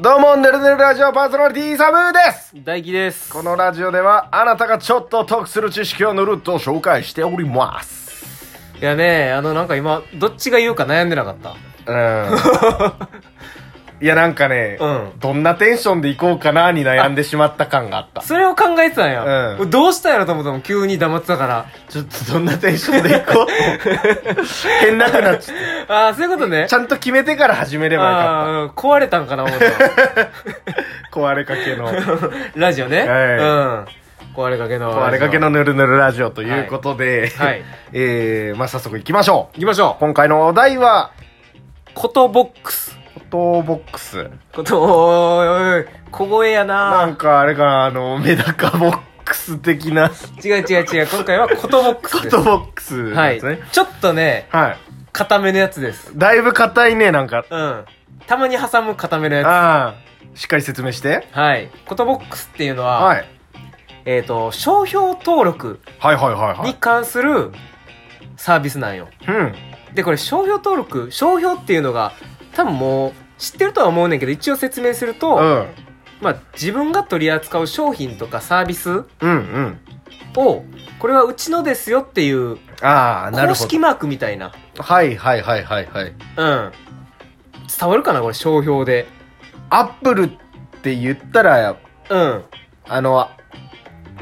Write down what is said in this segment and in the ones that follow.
どうも、ねるねるラジオパーソナリティーサムです大輝ですこのラジオでは、あなたがちょっと得する知識をぬるっと紹介しております。いやねあのなんか今どっちが言うか悩んでなかった うん。いや、なんかね、うんどんなテンションでいこうかなに悩んでしまった感があった。それを考えてたんや、うんどうしたんやろと思ったもん急に黙ってたから ちょっとどんなテンションでいこう 変なくなっちゃっああそういうことねたちゃんと決めてから始めればよあかっーうん壊れたんかな思った た。 壊れかけの、ラジオね、はうん壊れかけの壊れかけのぬるぬるラジオということで、はいはいえー、まあ、早速行きましょう。いきましょう今回のお題は、ことボックスフォトボックス。ことおいおいおい小声やななんかあれかな、あの、メダカボックス的 な、フ違う違う違う今回はことボックスォですトボックスはでいすね。ちょっとねはい。固めのやつですだいぶ硬いね、なんか。うんたまに挟む固めのやつああ、しっかり説明して。はい。ことボックスっていうのは、はい。えっ、と、商標登録はいはいはいはにい。関するサービスなんよ。うん。で、これ商標登録、商標っていうのが、多分もう、知ってるとは思うねんけど、一応説明すると、うん。まあ、自分が取り扱う商品とかサービスうんうん。を、これはうちのですよっていう、ああ、なるほ公式マークみたいな。ど。はいはいはいはいはい。うん。伝わるかなこれ、商標で。アップルって言ったら、うん。あの、あ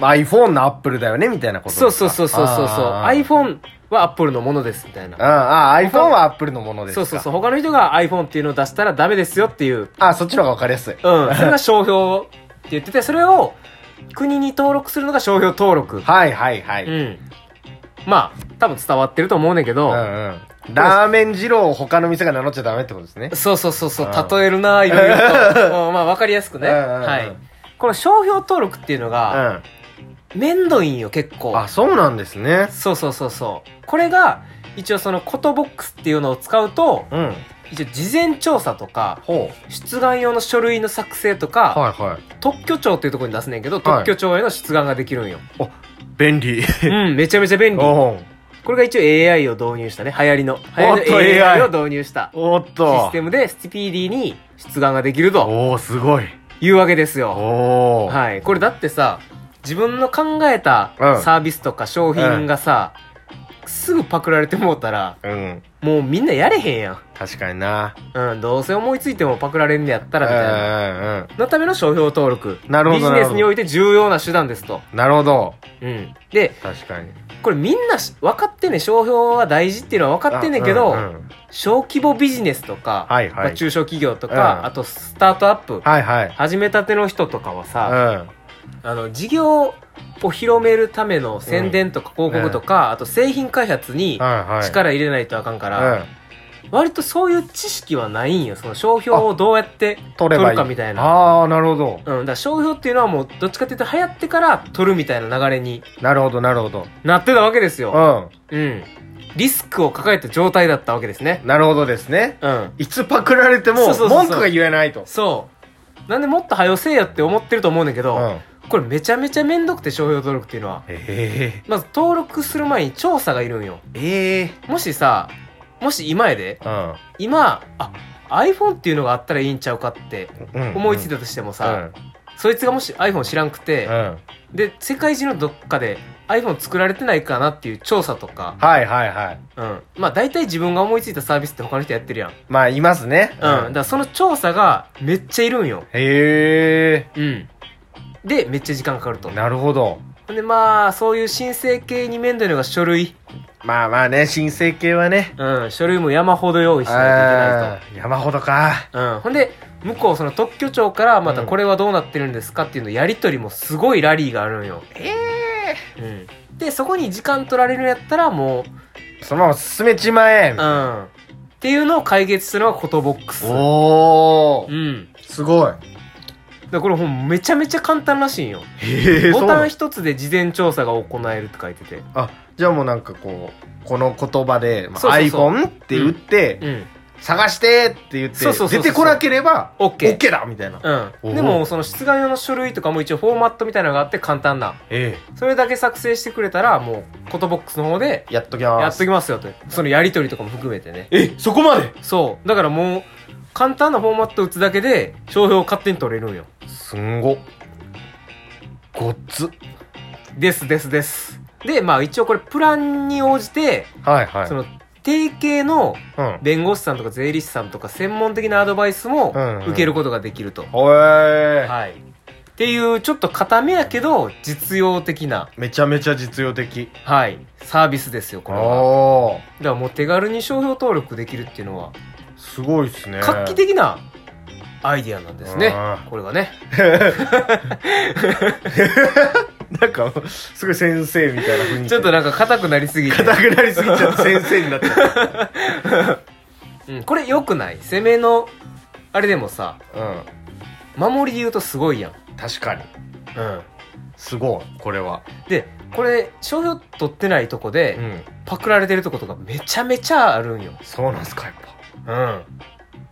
iPhone のアップルだよね、みたいなことですそか。うそうそうそうそうそう。あー iPhone は Apple のものです、みたいなうん。ああ、iPhone はアップルのものですそか。うそうそう。他の人が iPhone っていうのを出したらダメですよっていう。うん。ああ、そっちの方がわかりやすい。それが商標って言ってて、それを国に登録するのが商標登録。。はいはいはいうん。まあ、多分伝わってると思うねんけど、うんうんラーメン二郎を他の店が名乗っちゃダメってことですね。そうそうそうそうう、ん例えるなぁ、いろいろ と。うんまあ、わかりやすくね。うんうんうんはい。この商標登録っていうのうが、ん。めんどいんよ、結構。あ、そうなんですね。そうそうそうそう。これが、一応そのコトボックスっていうのを使うと、うん。一応事前調査とか、ほう。出願用の書類の作成とか、はいはい。特許庁っていうところに出すねんけど、はい特許庁への出願ができる んよ。便利。うん、めちゃめちゃ便利。こ おうれが一応 AI を導入したね、流行りの。流行りおっとの AI AI を導入したおっシとス。テムで、スピーディーに出願ができるとおおすごい。いうわけですよ。おお。はい。これだってさ、自分の考えたうんサービスとか商品がさ、すぐパクられてもうたら、うん。もうみんなやれへんやん。確かにな。うん、どうせ思いついてもパクられんねやったうらみたいな。んうんうん。のための商標登録。なるほどビジネスにおいて重要な手段ですと。なるほど。うん。で、確かに。これみんなし分かってんねん商標は大事っていうのは分かってんねんけど、ううん小規模ビジネスとか、はいはいまあ中小企業とか、うんあとスタートアップ、はいはい。始めたての人とかはうさ、ん。あの事業を広めるための宣伝とか広告とか、あと製品開発にはいはい。力入れないとあかんから、う割とそういう知識はないんよその商標をどうやってん。取ればいい。取るかみたいなああ、なるほど。うん、だから商標っていうのはもうどっちかっていうと流行ってから取るみたいな流れになるほど、なるほど。なってたわけですよ、ううん、リスクを抱えた状態だったわけですねん。なるほどですね。うんいつパクられてそもうそうそうそう文句が言えないと。そうなんでもっと早よせえよって思ってると思うねんだけうど、ん。これめちゃめちゃめんどくて商標登録っていうのはえまず登録する前に調査がいるんよえ。ええ。もしさもし今やでうん。今あ iPhone っていうのがあったらいいんちゃうかって思いついたたとしてもさ、そいつがもし iPhone 知らんくてうん、うん、で世界中のどっかで iPhone 作られてないかなっていう調査とか、はいはいはいうん、まあ大体自分が思いついたサービスって他の人やってるやん、うん、まあいますねだからその調査がめっちゃいるんよへうんでめっちゃ時間かかるとえなるほどほんでまあそういう申請系に面倒いのが書類まあまあね申請系はねうん書類も山ほど用意しないといあーけない山ほどかとうんほんで向こうその特許庁からまたこれはどうなってるんですかっていうのやり取りもすごいラリーがあるんよ、えうん、でそこに時間取られるんやったらもえそのまま進めちまえううんっていうのを解決するのがことボックスおおうんすごいだからこれほんめちゃめちゃ簡単らしいんよへボタンそう一つで事前調査が行えるって書いててなのあじゃあもうなんかこうこの言葉で、まあ、そうそうそう iPhone って打って、うん探してって言ってそうそうそうそう出てこなければ OK だみたいな、おうおん、でもその出願用の書類とかも一応フォーマットみたいなのがあって簡単なえそれだけ作成してくれたらもうコトボックスの方でえやっときまやっすときますよとそのやり取りとかも含めてねえそこまでそうだからもう簡単なフォーマット打つだけで商標を勝手に取れるんよすんごごっつですですですでまあ一応これプランに応じてはいはいその提携のうん弁護士さんとか税理士さんとか専門的なアドバイスもうんうん受けることができると、ほえーはいっていうちょっと固めやけど実用的な、めちゃめちゃ実用的はい、サービスですよこれはおーだからもう手軽に商標登録できるっていうのはすごいっすね画期的なアイディアなんですねうんこれがねなんかすごい先生みたいな雰囲気 ちょっとなんか硬くなりすぎて、硬くなりすぎちゃって先生になっちゃっうん、これ良くない攻めのあれでもさ たうん守りで言うとすごいやん確かにうんすごいこれはでこれ商標取ってないとこで、んパクられてるとことかめちゃめちゃあるんよそうなんすかやっうん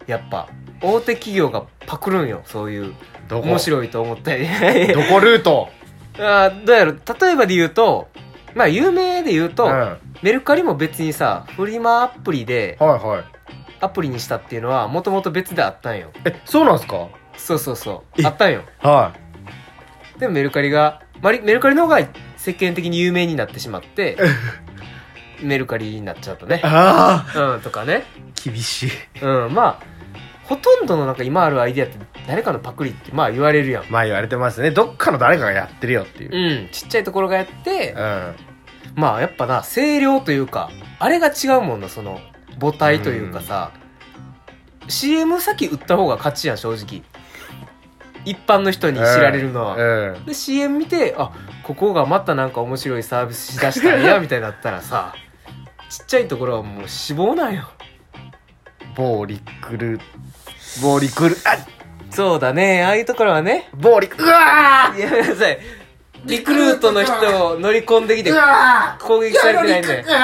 やっぱ大手企業がパクるんよそういうぱどこ面白いと思ったり どこルート あーどうやろ例えばで言うとまあ有名で言うと、うんはいメルカリも別にさフリマアプリではいアプリにしたっていうのはもともと別であったんよえそうなんすかそうそうそえうあったんよはでもメルカリがマリメルカリの方が世間的に有名になってしまってメルカリになっちゃうとねいああうんとかね厳しいうんまあほとんどのなんか今あるアイディアって誰かのパクリってまあ言われるやんまあ言われてますねどっかの誰かがやってるよっていううんちっちゃいところがやってうんまあやっぱな声量というかあれが違うもんなその母体というかさ、CM 先売った方が勝ちやん正直一般の人に知られるのは、うんで CM 見てあここがまたなんか面白いサービスしだしたん やみたいになったらさちっちゃいところはもう死亡なんよ暴力ル暴力ルあそうだねああいうところはね暴力うわいやめんなさいリクルートの人を乗り込んできてーうわー攻撃されてないんだようわ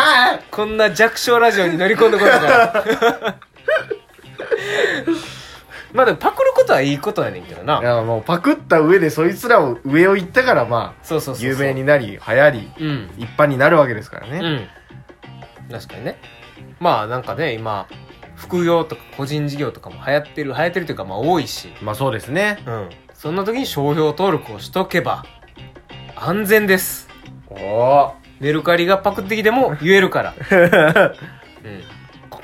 こんな弱小ラジオに乗り込んでこないから まあでもパクることはいいことやねんけどーいなやもうパクった上でそいつらを上を行ったからまあそうそうそうそう有名になり流行りうん一般になるわけですからうねん確かにねまあなんかね今副業とか個人事業とかも流行ってる流行ってるというかまあ多いしまあそうですねうんそんな時に商標登録をしとけば安全ですおおメルカリがパクってきても言え るからうん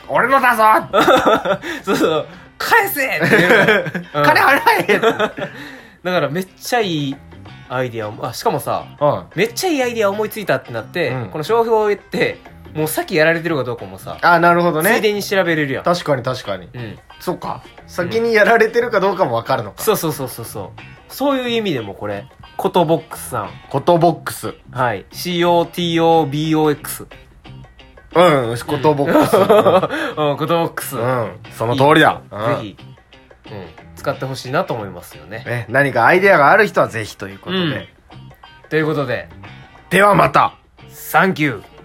俺のだぞそうそう返せって言えるから、うん金払えだからめっちゃいいアイディアあしかもさ うんめっちゃいいアイディア思いついたってなって、うんこの商標を言ってもうさっきやられてるかどうかもさ、あなるほどついねでに調べれるやん、確かに確かにうん、そうか先にやられてるかどうかも分かるのかそうそうそうそうそうそういう意味でもこれコトボックスさんことボックスはい COTOBOX うんことボックスうんコトボックス、うんその通りだうんぜひ、うん、使ってほしいなと思いますよねね何かアイデアがある人はぜひということうんでということでではまたサンキュー